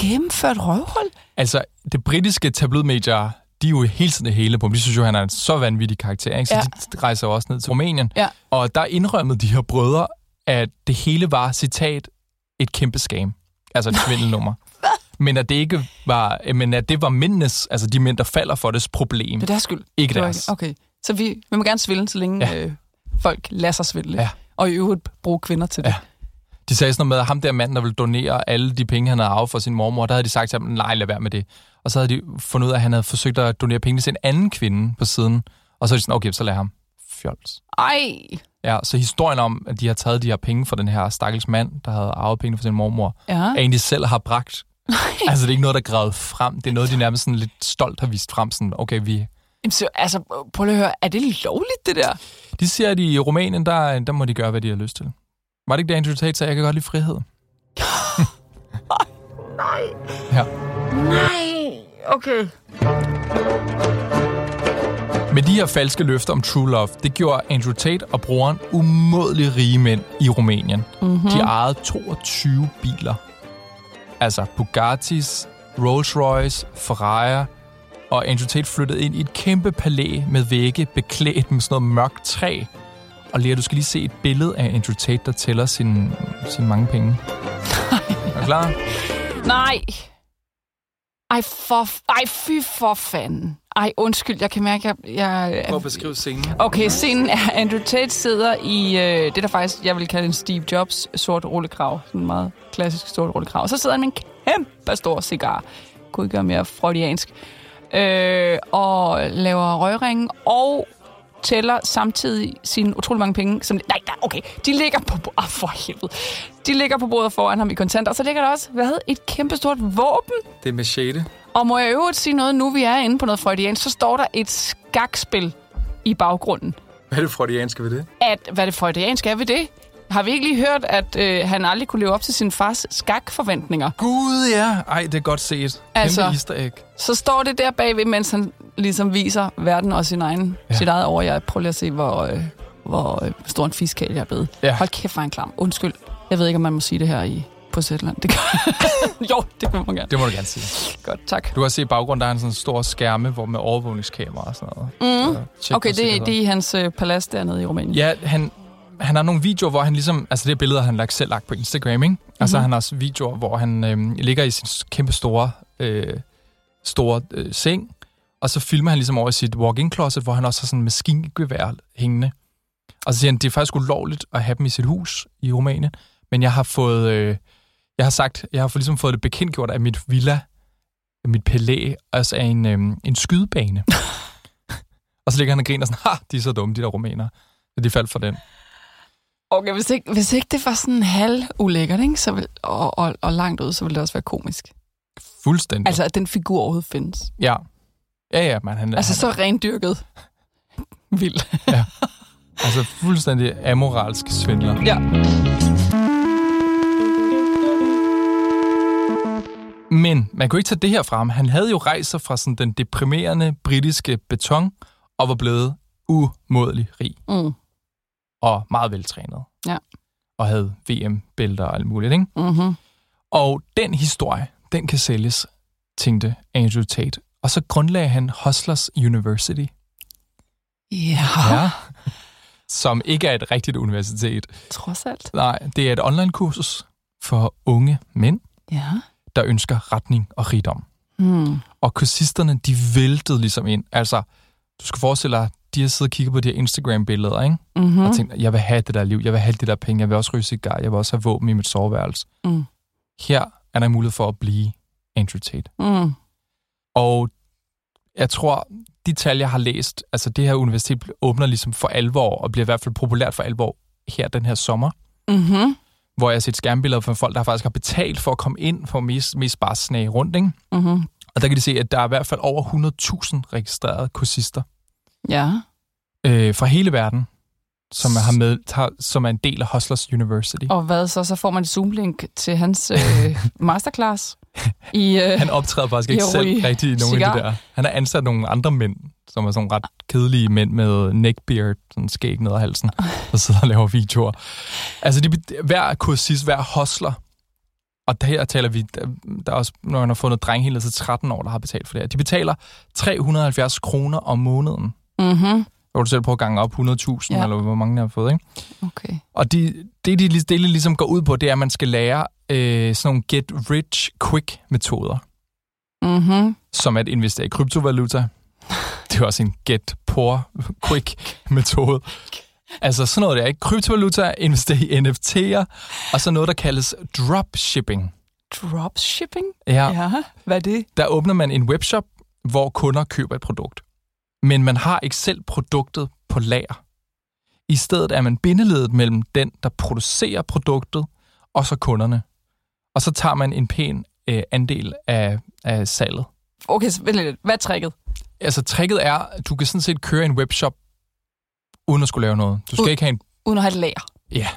Speaker 1: gennemført røvhold.
Speaker 2: Altså, det britiske tabloidmedier, de er jo hele tiden det hele på ham. De synes jo, han er en så vanvittig karakter, ikke? så
Speaker 1: Ja.
Speaker 2: de rejser jo også ned til Rumænien.
Speaker 1: Ja.
Speaker 2: Og der indrømmede de her brødre, at det hele var, citat, et kæmpe scam. Altså et svindelnummer. Men at det ikke var, men at det var mændenes, altså de mænd, der falder for det, problem.
Speaker 1: Det er deres skyld.
Speaker 2: Ikke
Speaker 1: Det var
Speaker 2: deres.
Speaker 1: Okay, Så vi, vi må gerne svindle, så længe ja. øh, folk lader sig svindle.
Speaker 2: Ja.
Speaker 1: Og i øvrigt bruge kvinder til det.
Speaker 2: Ja. De sagde sådan noget med, at ham der mand, der ville donere alle de penge, han havde arvet fra sin mormor, der havde de sagt til ham, nej, lad være med det. Og så havde de fundet ud af, at han havde forsøgt at donere penge til en anden kvinde på siden. Og så er de sådan, okay, så lad ham. Fjols.
Speaker 1: Ej,
Speaker 2: Ja, så historien om, at de har taget de her penge fra den her stakkels mand, der havde arvet penge fra sin mormor,
Speaker 1: Ja.
Speaker 2: er egentlig selv har bragt. Altså, det er ikke noget, der er gravet frem. Det er noget, de nærmest sådan lidt stolt har vist frem. Sådan, okay, vi...
Speaker 1: Jamen, så, altså, prøv lige at høre, er det lovligt, det der?
Speaker 2: De siger, at i Rumænien, der, der må de gøre, hvad de har lyst til. Var det ikke det, Andrew Tate sagde? Jeg kan godt lide frihed. Nej. Ja.
Speaker 1: Okay.
Speaker 2: Men de her falske løfter om true love, det gjorde Andrew Tate og broren umådelig rige mænd i Rumænien. Mm-hmm. De ejede 22 biler. Altså Bugattis, Rolls Royce, Ferrari, og Andrew Tate flyttede ind i et kæmpe palæ med vægge beklædt med sådan noget mørkt træ. Og Lea, du skal lige se et billede af Andrew Tate, der tæller sine sin mange penge. er du klar?
Speaker 1: Nej. Ej, for, ej, fy for fanden. Ej, undskyld, jeg kan mærke, jeg... jeg
Speaker 2: Prøv at beskrive scenen.
Speaker 1: okay, scenen er, [LAUGHS] Andrew Tate sidder i øh, det, der faktisk, jeg vil kalde en Steve Jobs sort rullekrav. Sådan en meget klassisk sort rullekrav. Og så sidder han med en kæmpe stor cigar. Kunne ikke gøre mere freudiansk. Øh, og laver røgringen, og tæller samtidig sine utrolig mange penge. Som, nej, nej, okay. De ligger på bordet. Oh, for helvede. De ligger på bordet foran ham i kontanter. Og så ligger der også, hvad hedder, et kæmpestort våben
Speaker 2: Det er machete.
Speaker 1: og må jeg i øvrigt sige noget, nu vi er inde på noget freudiansk, så står der et skakspil i baggrunden.
Speaker 2: Hvad er det freudianske ved det?
Speaker 1: At, hvad det freudiansk er ved det? Har vi ikke lige hørt, at øh, han aldrig kunne leve op til sin fars skakforventninger?
Speaker 2: Gud, ja. Ej, det er godt set. Kæmpe
Speaker 1: Altså-
Speaker 2: altså... easter egg.
Speaker 1: Så står det der bagved, mens han ligesom viser verden og sin egen, ja. sit eget over. Jeg prøver lige at se, hvor, øh, hvor øh, stor en fiskal jeg er blevet.
Speaker 2: Ja.
Speaker 1: Hold kæft, hvor er en klam. Undskyld. Jeg ved ikke, om man må sige det her i på Sætland. Det kan... [LAUGHS] jo, det kan man gerne.
Speaker 2: Det må du gerne sige.
Speaker 1: Godt, tak.
Speaker 2: Du kan også se i baggrunden, der er en sådan stor skærme hvor med overvågningskamera og sådan noget. Mm. Så
Speaker 1: Okay, det, er- det er i hans øh, palads dernede i Rumænien.
Speaker 2: Ja, han, han har nogle videoer, hvor han ligesom... Altså, det er billeder, han lagt, selv lagt på Instagram, ikke? Altså, mm-hmm. han har også videoer, hvor han øh, ligger i sin kæmpe store, øh, store øh, seng, og så filmer han ligesom over i sit walk-in closet, hvor han også har sådan en maskingevær hængende. Og så siger han, det er faktisk ulovligt at have dem i sit hus i Rumænien, men jeg har fået... Øh, jeg har sagt, jeg har fået- ligesom fået det bekendtgjort, at mit villa, mit palæ, også er en, øh, en skydebane. og så ligger han og griner sådan, ha, de er så dumme, de der rumænere. Så de faldt for den.
Speaker 1: Okay, hvis ikke, hvis ikke det var sådan halv ulækkert, ikke? Så vil, og, og, og langt ud, så ville det også være komisk.
Speaker 2: Fuldstændig. Altså,
Speaker 1: Altså, at den figur overhovedet findes.
Speaker 2: ja. Ja, ja, man, han,
Speaker 1: Altså,
Speaker 2: altså,
Speaker 1: så rendyrket. [LAUGHS] Vildt.
Speaker 2: han, altså fuldstændig amoralsk svindler.
Speaker 1: ja.
Speaker 2: Men man kunne ikke tage det her frem. Han havde jo rejser fra sådan den deprimerende britiske beton og var blevet umådelig rig
Speaker 1: Mm.
Speaker 2: og meget veltrænet.
Speaker 1: Ja.
Speaker 2: Og havde VM-bælter og alt muligt, ikke?
Speaker 1: Mm-hmm.
Speaker 2: Og den historie, den kan sælges, tænkte Andrew Tate. Og så grundlagde han Hustlers University.
Speaker 1: Ja, ja,
Speaker 2: Som ikke er et rigtigt universitet.
Speaker 1: trods alt.
Speaker 2: Nej, det er et online-kursus for unge mænd,
Speaker 1: Ja.
Speaker 2: der ønsker retning og rigdom.
Speaker 1: Mm.
Speaker 2: Og kursisterne, de væltede ligesom ind. Altså, du skal forestille dig, de har siddet og kigget på de her Instagram-billeder, ikke?
Speaker 1: Mm-hmm.
Speaker 2: Mm. Og tænkt, jeg vil have det der liv, jeg vil have det der penge, jeg vil også ryge cigar, jeg vil også have våben i mit soveværelse.
Speaker 1: Mm.
Speaker 2: Her er der mulighed for at blive Andrew Tate.
Speaker 1: Mm.
Speaker 2: Og jeg tror, de tal, jeg har læst, altså det her universitet åbner ligesom for alvor, og bliver i hvert fald populært for alvor her den her sommer.
Speaker 1: Mm-hmm.
Speaker 2: hvor jeg har set skærmbilleder fra folk, der faktisk har betalt for at komme ind for mest, mest bare snage rundt, ikke?
Speaker 1: Mm-hmm.
Speaker 2: Og der kan de se, at der er i hvert fald over 100.000 registrerede kursister
Speaker 1: Ja.
Speaker 2: øh, fra hele verden, som er, har med, tager, som er en del af Hustlers University.
Speaker 1: Og hvad så? Så får man et Zoom-link til hans [LAUGHS] øh, [LAUGHS] masterclass i... Øh,
Speaker 2: Han optræder faktisk ikke
Speaker 1: Jeg
Speaker 2: selv
Speaker 1: ryger
Speaker 2: rigtig i nogen af de
Speaker 1: cigar.
Speaker 2: der. Han har ansat nogle andre mænd, som er sådan ret kedelige mænd med neckbeard, sådan skæg ned ad halsen, der sidder og laver videoer. Altså, de, hver kursist, hver hustler, og der her taler vi, der, der er også, når man har fundet dreng helt ned til 13 år, der har betalt for det her. De betaler 370 kroner om måneden.
Speaker 1: mm-hmm.
Speaker 2: Hvor du selv prøver at gange op 100.000, ja.
Speaker 1: Ja.
Speaker 2: eller hvor mange der har fået, ikke?
Speaker 1: Okay.
Speaker 2: Og de, det, de, lig- det, de ligesom går ud på, det er, at man skal lære øh, sådan nogle get-rich-quick-metoder
Speaker 1: Mm-hmm.
Speaker 2: som at investere i kryptovaluta. det er også en get, poor, quick metode. Altså sådan noget der, ikke? Kryptovaluta, investere i NFT'er, og så noget, der kaldes dropshipping.
Speaker 1: Dropshipping?
Speaker 2: Ja.
Speaker 1: ja. Hvad er det?
Speaker 2: Der åbner man en webshop, hvor kunder køber et produkt. Men man har ikke selv produktet på lager. I stedet er man bindeledet mellem den, der producerer produktet, og så kunderne. Og så tager man en pæn øh, andel af, af salget.
Speaker 1: Okay, så vent lidt. Hvad er tricket?
Speaker 2: Altså, tricket er, at du kan sådan set køre en webshop, uden at skulle lave noget. Du skal
Speaker 1: Ud-
Speaker 2: ikke have en...
Speaker 1: Uden at have et lager.
Speaker 2: Ja,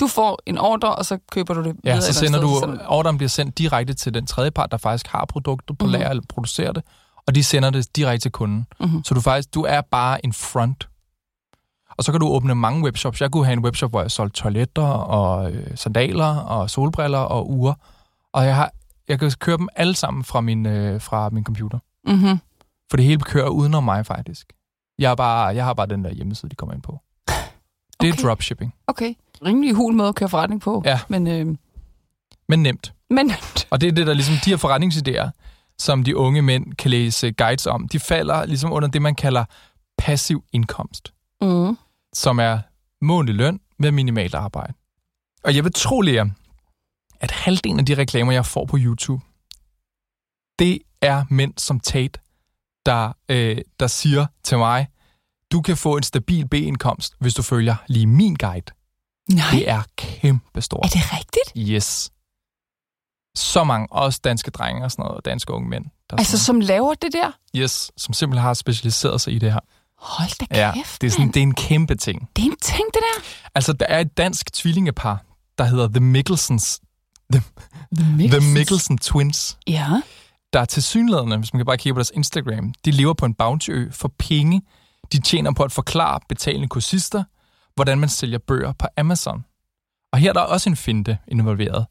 Speaker 1: Du får en ordre, og så køber du det. videre
Speaker 2: ja
Speaker 1: et
Speaker 2: så
Speaker 1: eller
Speaker 2: sender
Speaker 1: andet
Speaker 2: du...
Speaker 1: sted, så-
Speaker 2: Ordren bliver sendt direkte til den tredje part, der faktisk har produktet på
Speaker 1: Mhm.
Speaker 2: lager, eller producerer det, og de sender det direkte til kunden.
Speaker 1: Mhm.
Speaker 2: Så du faktisk, du er bare en front. Og så kan du åbne mange webshops. Jeg kunne have en webshop, hvor jeg solgte toiletter og øh, sandaler og solbriller og uger. Og jeg, har, jeg kan køre dem alle sammen fra min, øh, fra min computer.
Speaker 1: Mhm.
Speaker 2: For det hele kører udenom mig faktisk. Jeg, er bare, jeg har bare den der hjemmeside, de kommer ind på. Det er
Speaker 1: Okay.
Speaker 2: dropshipping.
Speaker 1: Okay. Rimelig hul måde at køre forretning på.
Speaker 2: Ja.
Speaker 1: Men, øh,
Speaker 2: Men nemt.
Speaker 1: men
Speaker 2: Og det er det, der ligesom de her forretningsidéer, som de unge mænd kan læse guides om, de falder ligesom under det, man kalder passiv indkomst.
Speaker 1: mm.
Speaker 2: som er månedlig løn med minimalt arbejde. Og jeg vil tro, Lea, at halvdelen af de reklamer, jeg får på YouTube, det er mænd som Tate, der, øh, der siger til mig, du kan få en stabil B-indkomst, hvis du følger lige min guide.
Speaker 1: Nej,
Speaker 2: Det er kæmpestort.
Speaker 1: er det rigtigt?
Speaker 2: Yes. Så mange, også danske drenge og sådan noget, og danske unge mænd. Der
Speaker 1: Altså,
Speaker 2: sådan,
Speaker 1: som laver det der?
Speaker 2: yes, som simpelthen har specialiseret sig i det her.
Speaker 1: Hold da
Speaker 2: Ja,
Speaker 1: kæft,
Speaker 2: det er, sådan,
Speaker 1: mand.
Speaker 2: det er en kæmpe ting.
Speaker 1: det er en ting, det der.
Speaker 2: Altså, der er et dansk tvillingepar, der hedder The Mikkelsens. The,
Speaker 1: The
Speaker 2: The Mikkelsen Twins.
Speaker 1: Ja.
Speaker 2: Der er tilsyneladende, hvis man kan bare kigge på deres Instagram, de lever på en bountyø for penge, de tjener på at forklare betalende kursister, hvordan man sælger bøger på Amazon. Og her er der også en finte involveret.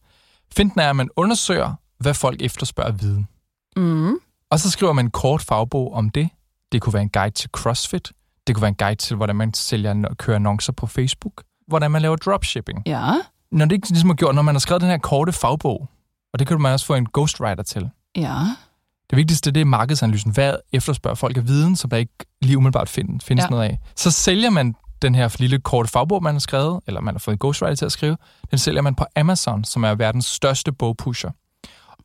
Speaker 2: Finten er, at man undersøger, hvad folk efterspørger af viden.
Speaker 1: Mm.
Speaker 2: Og så skriver man en kort fagbog om det. Det kunne være en guide til CrossFit. Det kunne være en guide til, hvordan man sælger og kører annoncer på Facebook. Hvordan man laver dropshipping
Speaker 1: Ja.
Speaker 2: når det ikke ligesom er gjort, når man har skrevet den her korte fagbog, og det kan man også få en ghostwriter til.
Speaker 1: Ja.
Speaker 2: Det vigtigste, det er markedsanalysen. Hvad efterspørger folk af viden, som der ikke lige umiddelbart find, findes
Speaker 1: Ja.
Speaker 2: ja. noget af? Så sælger man den her lille korte fagbog, man har skrevet, eller man har fået en ghostwriter til at skrive, den sælger man på Amazon, som er verdens største bogpusher.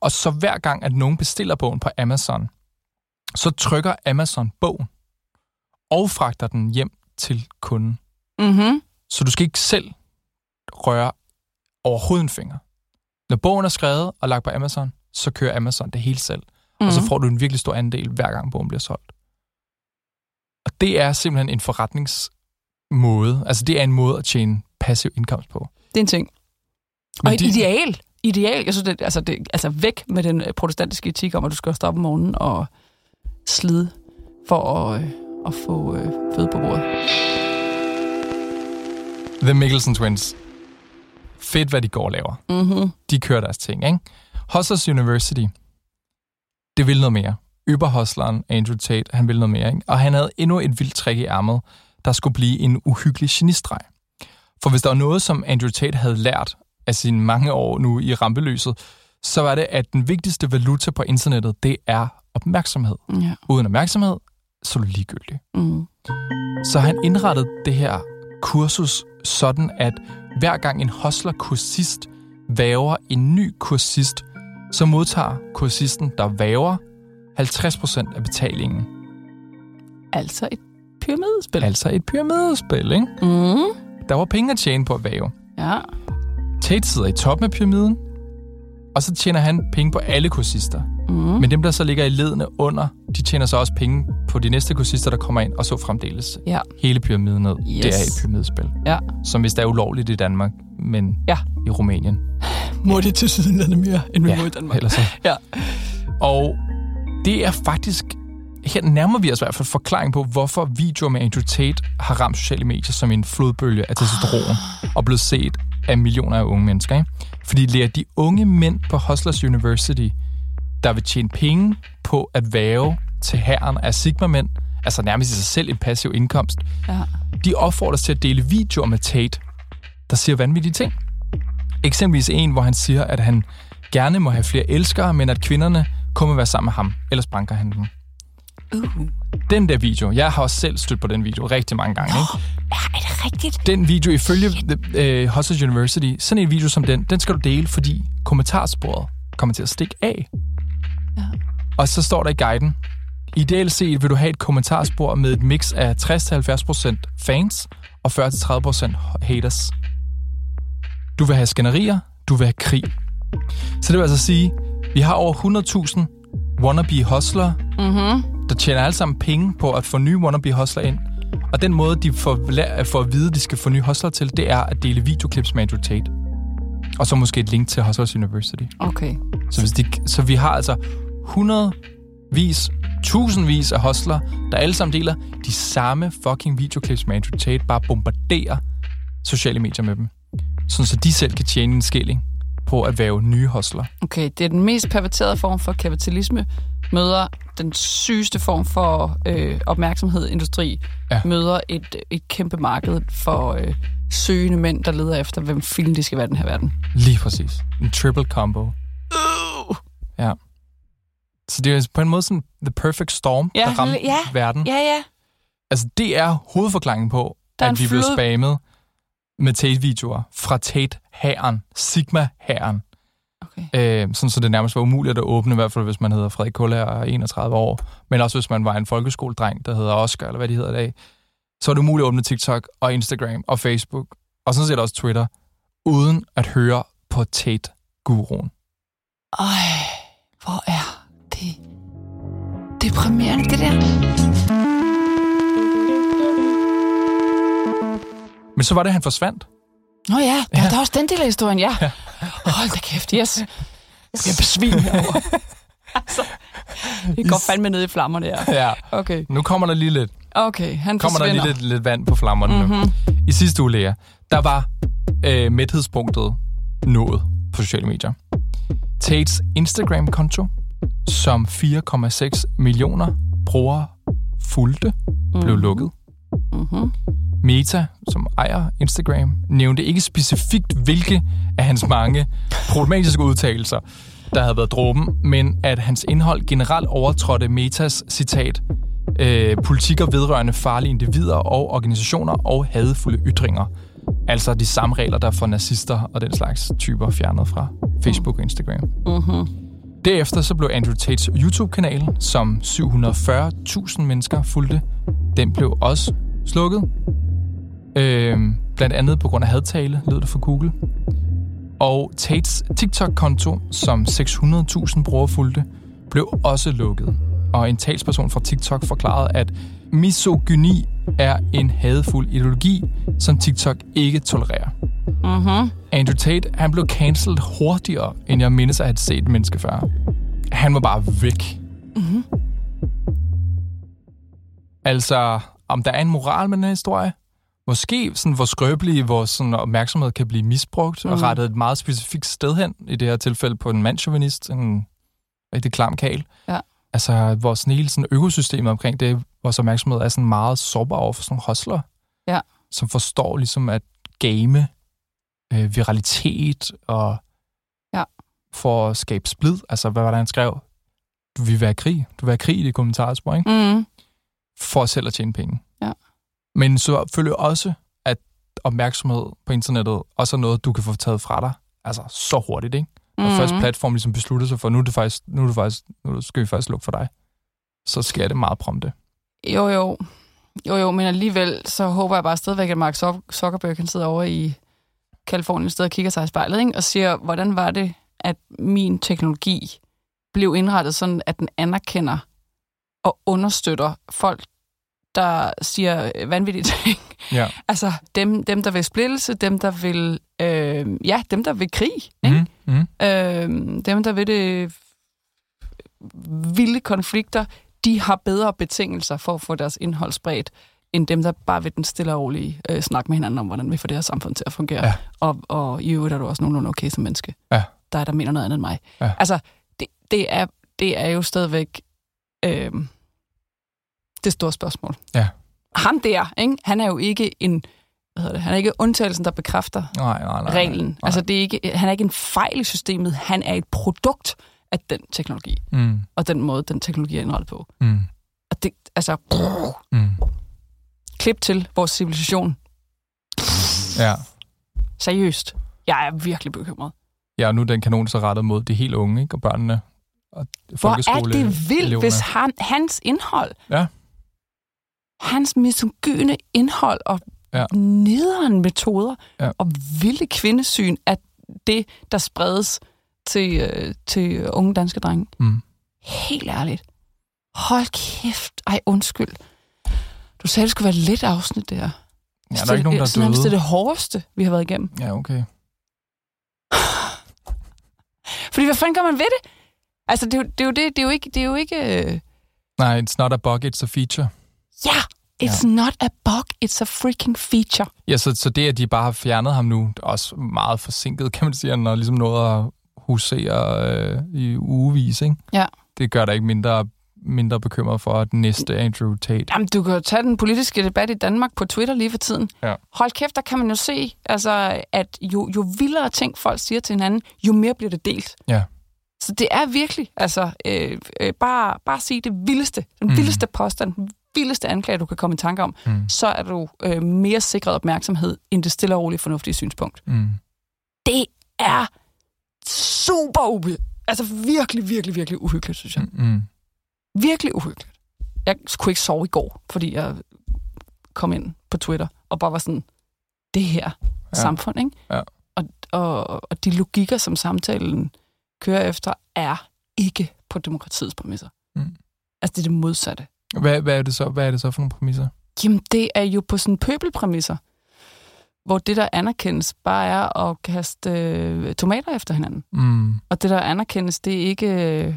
Speaker 2: Og så hver gang, at nogen bestiller bogen på Amazon, så trykker Amazon bogen og fragter den hjem til kunden.
Speaker 1: Mhm.
Speaker 2: Så du skal ikke selv røre overhovedet en finger. Når bogen er skrevet og lagt på Amazon, så kører Amazon det hele selv. Mm. Og så
Speaker 1: Mhm.
Speaker 2: får du en virkelig stor andel, hver gang bogen bliver solgt. Og det er simpelthen en forretningsmåde. Altså det er en måde at tjene passiv indkomst på.
Speaker 1: Det er en ting.
Speaker 2: Men
Speaker 1: Og et
Speaker 2: de-
Speaker 1: ideal. Ideal. Jeg synes, det, altså, det, altså væk med den øh, protestantiske etik om, at du skal stå op om morgenen og slide for at, øh, at få øh, føde på bordet.
Speaker 2: The Mikkelsen Twins. Fedt, hvad de går og laver.
Speaker 1: Mm-hmm.
Speaker 2: de kører deres ting, ikke? Hustlers University, det vil noget mere. Yberhustleren Andrew Tate, han ville noget mere, ikke? Og han havde endnu et vildt trick i ærmet, der skulle blive en uhyggelig genistreg. For hvis der var noget, som Andrew Tate havde lært af sine mange år nu i rampelyset, så var det, at den vigtigste valuta på internettet, det er opmærksomhed.
Speaker 1: Ja.
Speaker 2: Uden opmærksomhed, så er du ligegyldig.
Speaker 1: Mm.
Speaker 2: Så han indrettede det her kursus sådan, at hver gang en hostler kursist væver en ny kursist, så modtager kursisten, der væver, 50% af betalingen.
Speaker 1: Altså et pyramidespil.
Speaker 2: Altså et pyramidespil, ikke?
Speaker 1: Mm.
Speaker 2: Der var penge at tjene på at væve.
Speaker 1: Ja.
Speaker 2: Tate sidder i toppen af pyramiden, og så tjener han penge på alle kursister.
Speaker 1: Mm.
Speaker 2: Men dem, der så ligger i ledene under, de tjener så også penge på de næste kursister, der kommer ind, og så fremdeles
Speaker 1: Ja.
Speaker 2: hele pyramiden ned.
Speaker 1: Yes.
Speaker 2: Det er et pyramidespil.
Speaker 1: Ja.
Speaker 2: Som hvis det er ulovligt i Danmark, men
Speaker 1: Ja.
Speaker 2: i Rumænien.
Speaker 1: Må det til siden lande mere, end vi må i Danmark.
Speaker 2: Eller så.
Speaker 1: Ja.
Speaker 2: Og det er faktisk... Her nærmer vi os i hvert fald forklaring på, hvorfor videoer med Andrew Tate har ramt sociale medier som en flodbølge af testosteron og blevet set af millioner af unge mennesker. Ikke? Fordi det er de unge mænd på Hustlers University, der vil tjene penge på at væve til herren af Sigma-mænd, altså nærmest i sig selv en passiv indkomst,
Speaker 1: Ja.
Speaker 2: de opfordres til at dele videoer med Tate, der siger vanvittige ting. Eksempelvis en, hvor han siger, at han gerne må have flere elskere, men at kvinderne kun må være sammen med ham, ellers banker han dem.
Speaker 1: Uh.
Speaker 2: Den der video, jeg har også selv stødt på den video rigtig mange gange. Ikke?
Speaker 1: Ja, er det rigtigt?
Speaker 2: Den video, ifølge the, uh, Hustle University, sådan en video som den, den skal du dele, fordi kommentarsporet kommer til at stikke af. Ja. Og så står der i guiden, ideelt set vil du have et kommentarspor med et mix af 60-70% fans og 40-30% haters. Du vil have skænderier, du vil have krig. Så det vil altså sige, vi har over 100.000 wannabe hustler, mm-hmm. der tjener alle sammen penge på at få nye wannabe hustler ind. Og den måde, de får, la- får at vide, de skal få nye hustler til, det er at dele videoklips med Andrew Tate. Og så måske et link til Hustlers University.
Speaker 1: Okay.
Speaker 2: Så, hvis de, så vi har altså hundredvis, tusindvis af hostler, der alle sammen deler de samme fucking videoklips med Andrew Tate, bare bombarderer sociale medier med dem. Sådan så de selv kan tjene en skilling på at være nye hostler.
Speaker 1: Okay, det er den mest perverterede form for kapitalisme, møder den sygeste form for øh, opmærksomhed, industri,
Speaker 2: Ja.
Speaker 1: ja. møder et, et kæmpe marked for øh, søgende mænd, der leder efter, hvem film de skal være i den her verden.
Speaker 2: Lige præcis. En triple combo. Ja. Så det er på en måde sådan the perfect storm,
Speaker 1: Ja,
Speaker 2: der ramte
Speaker 1: ja,
Speaker 2: verden.
Speaker 1: Ja, ja.
Speaker 2: Altså, det er hovedforklaringen på,
Speaker 1: Der er
Speaker 2: at
Speaker 1: en
Speaker 2: vi blev
Speaker 1: flod.
Speaker 2: spammet med Tate-videoer fra Tate-hæren, Sigma-hæren.
Speaker 1: Okay.
Speaker 2: Øh, sådan så det nærmest var umuligt at åbne, i hvert fald hvis man hedder Frederik Kuller og er 31 år, men også hvis man var en folkeskoledreng, der hedder Oscar, eller hvad de hedder i dag, så var det umuligt at åbne TikTok og Instagram og Facebook, og sådan set også Twitter, uden at høre på Tate-guruen.
Speaker 1: Øj, hvor er det deprimerende, det der.
Speaker 2: Men så var det, at han forsvandt.
Speaker 1: Nå ja, der, ja. der er også den del af historien, ja. Hold da kæft, [LAUGHS] yes. Jeg besvimer herovre. [LAUGHS] altså, det går fandme ned i flammerne her.
Speaker 2: Ja.
Speaker 1: Okay,
Speaker 2: Nu kommer der lige lidt,
Speaker 1: okay, han
Speaker 2: kommer der
Speaker 1: forsvinder.
Speaker 2: lige lidt, lidt vand på flammerne mm-hmm. nu. I sidste uge, Lea, der var øh, mæthedspunktet nået på sociale medier. Tates Instagram-konto, som 4,6 millioner brugere fulgte, blev lukket.
Speaker 1: Mhm.
Speaker 2: Mm-hmm. Meta, som ejer Instagram, nævnte ikke specifikt, hvilke af hans mange problematiske udtalelser, der havde været dråben, men at hans indhold generelt overtrådte Metas, citat, øh, politikker vedrørende farlige individer og organisationer og hadefulde ytringer. Altså de samme regler, der får nazister og den slags typer fjernet fra Facebook og Instagram. Derefter så blev Andrew Tates YouTube-kanal, som 740.000 mennesker fulgte, den blev også slukket. Øhm, blandt andet på grund af hadtale, lød det fra Google. Og Tates TikTok-konto, som 600.000 brugere fulgte, blev også lukket. Og en talsperson fra TikTok forklarede, at misogyni er en hadefuld ideologi, som TikTok ikke tolererer. Andrew Tate, han blev cancelled hurtigere, end jeg mindes at have set et menneske før. Han var bare væk. Mm-hmm.
Speaker 1: Mhm.
Speaker 2: Altså, om der er en moral med den her historie? Måske sådan, hvor skrøbelige vores sådan, opmærksomhed kan blive misbrugt
Speaker 1: Mhm.
Speaker 2: mm. og rettet et meget specifikt sted hen, i det her tilfælde på en mandsjuvenist, en rigtig klam kal.
Speaker 1: Ja.
Speaker 2: Altså, hvor sådan hele sådan, økosystemet omkring det, vores opmærksomhed er sådan meget sårbar over for sådan nogle hostler,
Speaker 1: Ja.
Speaker 2: som forstår ligesom at game øh, viralitet og
Speaker 1: Ja.
Speaker 2: for at skabe splid. Altså, hvad var det, han skrev? Du vil være i krig. Du vil være i krig i det kommentarspor, ikke?
Speaker 1: Mm.
Speaker 2: For selv at tjene penge.
Speaker 1: Ja.
Speaker 2: Men så følger også, at opmærksomhed på internettet også er noget, du kan få taget fra dig. Altså, så hurtigt, ikke? Når mm-hmm.
Speaker 1: Mm.
Speaker 2: først platformen ligesom beslutter sig for, nu, er det faktisk, nu, er det faktisk, nu skal vi faktisk lukke for dig, så sker det meget prompte.
Speaker 1: Jo, jo. Jo, jo, men alligevel, så håber jeg bare stadigvæk, at Mark Zuck- Zuckerberg han sidder over i Kalifornien et sted og kigger sig i spejlet, ikke? og siger, hvordan var det, at min teknologi blev indrettet sådan, at den anerkender og understøtter folk, der siger øh, vanvittige ting. [LAUGHS]
Speaker 2: Ja.
Speaker 1: Altså dem, dem der vil splittelse, dem, der vil, øh, ja, dem, der vil krig. Ikke?
Speaker 2: Mm-hmm.
Speaker 1: Øh, dem, der ved det vilde konflikter, de har bedre betingelser for at få deres indhold spredt, end dem, der bare ved den stille og rolige øh, snak med hinanden om, hvordan vi får det her samfund til at fungere.
Speaker 2: Ja.
Speaker 1: Og, og i øvrigt er du også nogenlunde okay som menneske.
Speaker 2: Ja.
Speaker 1: Der er der mener noget andet end mig.
Speaker 2: Ja.
Speaker 1: Altså, det, det, er, det er jo stadigvæk øh, det store spørgsmål.
Speaker 2: Ja.
Speaker 1: Ham der, ikke? han er jo ikke en hvad hedder det, han er ikke undtagelsen, der bekræfter
Speaker 2: Nej, nej, nej.
Speaker 1: reglen. Nej. Altså, det er ikke, han er ikke en fejl i systemet, han er et produkt af den teknologi,
Speaker 2: Mm.
Speaker 1: og den måde, den teknologi er indrettet på.
Speaker 2: Mm.
Speaker 1: Og det, altså... Mm. Klip til vores civilisation.
Speaker 2: Ja.
Speaker 1: Seriøst. Jeg er virkelig bekymret.
Speaker 2: ja, og nu er den kanon så rettet mod de helt unge, ikke? Og børnene. Og
Speaker 1: Hvor er
Speaker 2: folkeskole-
Speaker 1: det vildt, hvis
Speaker 2: eleverne.
Speaker 1: han, hans indhold,
Speaker 2: Ja,
Speaker 1: hans misogyne indhold og
Speaker 2: Ja.
Speaker 1: ja. nederen metoder
Speaker 2: Ja.
Speaker 1: ja. og vilde kvindesyn er det, der spredes til, øh, til unge danske drenge.
Speaker 2: Mm.
Speaker 1: Helt ærligt. Hold kæft. Ej, undskyld. Du sagde, det skulle være lidt afsnit, det her.
Speaker 2: ja der er ikke nogen, der
Speaker 1: Sådan
Speaker 2: er
Speaker 1: nærmest
Speaker 2: døde.
Speaker 1: det hårdeste, vi har været igennem.
Speaker 2: Ja, okay.
Speaker 1: Fordi hvad fanden gør man ved det? Altså, det, er jo- det er jo det. Det er jo ikke... Det er jo ikke øh,
Speaker 2: Nej, it's not a bug, it's a feature.
Speaker 1: ja, it's ja. not a bug, it's a freaking feature.
Speaker 2: Ja, så, så det, at de bare har fjernet ham nu, det er også meget forsinket, [LAUGHS] kan man sige, når ligesom noget at husere øh, i ugevis, ikke?
Speaker 1: Ja.
Speaker 2: Det gør dig ikke mindre, mindre bekymret for, at den næste Andrew Tate...
Speaker 1: Jamen, du kan jo tage den politiske debat i Danmark på Twitter lige for tiden.
Speaker 2: Ja.
Speaker 1: Hold kæft, der kan man jo se, altså, at jo, jo vildere ting folk siger til hinanden, jo mere bliver det delt.
Speaker 2: Ja.
Speaker 1: Så det er virkelig, altså, øh, øh, bare, bare sige det vildeste, den mm. vildeste påstand, den vildeste anklage, du kan komme i tanke om, mm. så er du øh, mere sikret opmærksomhed end det stille og roligt fornuftige synspunkt.
Speaker 2: Mm.
Speaker 1: Det er super ubehageligt. Altså virkelig, virkelig, virkelig uhyggeligt, synes jeg
Speaker 2: Mm.
Speaker 1: virkelig uhyggeligt. Jeg kunne ikke sove i går, fordi jeg kom ind på Twitter og bare var sådan, det her ja. samfund, ikke?
Speaker 2: Ja.
Speaker 1: Og, og, og de logikker, som samtalen kører efter, er ikke på demokratiets præmisser.
Speaker 2: Mm.
Speaker 1: Altså, det er det modsatte.
Speaker 2: Hvad, hvad, er det så, hvad er det så for nogle præmisser?
Speaker 1: Jamen, det er jo på sådan pøbelpræmisser, hvor det, der anerkendes, bare er at kaste øh, tomater efter hinanden.
Speaker 2: Mm.
Speaker 1: Og det, der anerkendes, det er ikke... øh,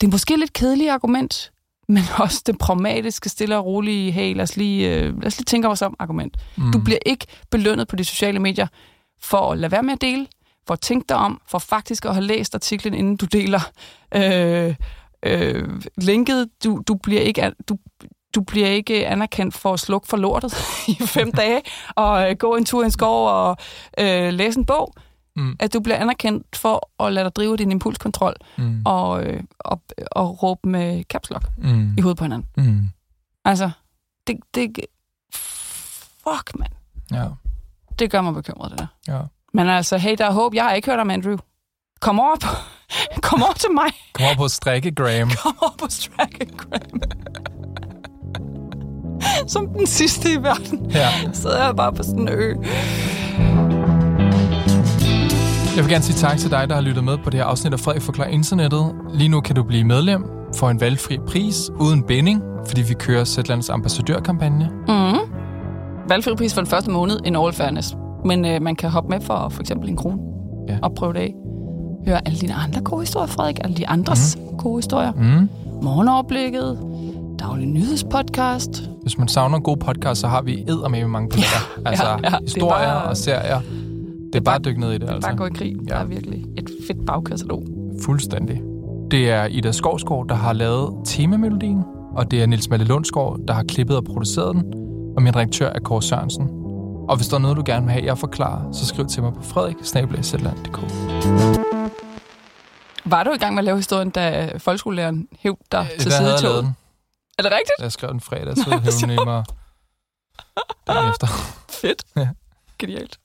Speaker 1: Det er måske lidt kedeligt argument, [LAUGHS] men også det pragmatiske, stille og rolige, hey, lad os lige, øh, lad os lige tænke os om argument. Mm. Du bliver ikke belønnet på de sociale medier for at lade være med at dele, for at tænke dig om, for faktisk at have læst artiklen, inden du deler øh, øh, linket. Du, du, bliver ikke, an- du, du bliver ikke anerkendt for at slukke for lortet [LAUGHS] i fem dage, og øh, gå en tur i en skov og øh, læse en bog at du bliver anerkendt for at lade dig drive din impulskontrol
Speaker 2: Mm.
Speaker 1: og, øh, og, og råbe med caps lock
Speaker 2: Mm.
Speaker 1: i hovedet på hinanden.
Speaker 2: Mm.
Speaker 1: Altså, det, det fuck, mand.
Speaker 2: Ja,
Speaker 1: Det gør mig bekymret, det der.
Speaker 2: ja.
Speaker 1: Men altså, hey, der er håb. Jeg har ikke hørt om Andrew. Kom over på, [LAUGHS] kom over til mig.
Speaker 2: Kom over på strikke, Graham.
Speaker 1: Kom over på Stragagram. [LAUGHS] Som den sidste i verden
Speaker 2: Ja.
Speaker 1: sidder jeg bare på sådan en ø.
Speaker 2: Jeg vil gerne sige tak til dig, der har lyttet med på det her afsnit af Frederik Forklarer Internettet. Lige nu kan du blive medlem for en valgfri pris uden binding, fordi vi kører Zetlands ambassadørkampagne.
Speaker 1: Valgfri pris for den første måned, en all fairness. Men øh, man kan hoppe med for for eksempel en krone
Speaker 2: Ja.
Speaker 1: ja. og prøve det af. Hør alle dine andre gode historier, Frederik. Alle de andres mm. gode historier.
Speaker 2: Mm.
Speaker 1: Mhm. Morgenoverblikket, daglig nyhedspodcast.
Speaker 2: Hvis man savner gode podcasts, så har vi eddermame mange planer. Ja, altså
Speaker 1: ja, det er
Speaker 2: historier
Speaker 1: bare-
Speaker 2: og serier. Det er bare at dykke ned i det, altså.
Speaker 1: Bare gå i krig. Ja.
Speaker 2: Ja.
Speaker 1: Der er virkelig et fedt bagkatalog.
Speaker 2: Fuldstændig. Det er Ida Skovsgaard, der har lavet temamelodien, og det er Nils Malle Lundsgaard, der har klippet og produceret den, og min redaktør er Kåre Sørensen. Og hvis der er noget, du gerne vil have, jeg forklarer, så skriv til mig på frederik.snabelagsætland.dk.
Speaker 1: Var du i gang med at lave historien, da folkeskolelæreren hæv dig til
Speaker 2: Der Øh, havde jeg lavet
Speaker 1: sidetoget?
Speaker 2: den.
Speaker 1: Er det rigtigt?
Speaker 2: Jeg
Speaker 1: [LAUGHS]
Speaker 2: skrev den fredag, så hævde den i mig dagen efter.
Speaker 1: Fedt.
Speaker 2: Ja.
Speaker 1: Genialt.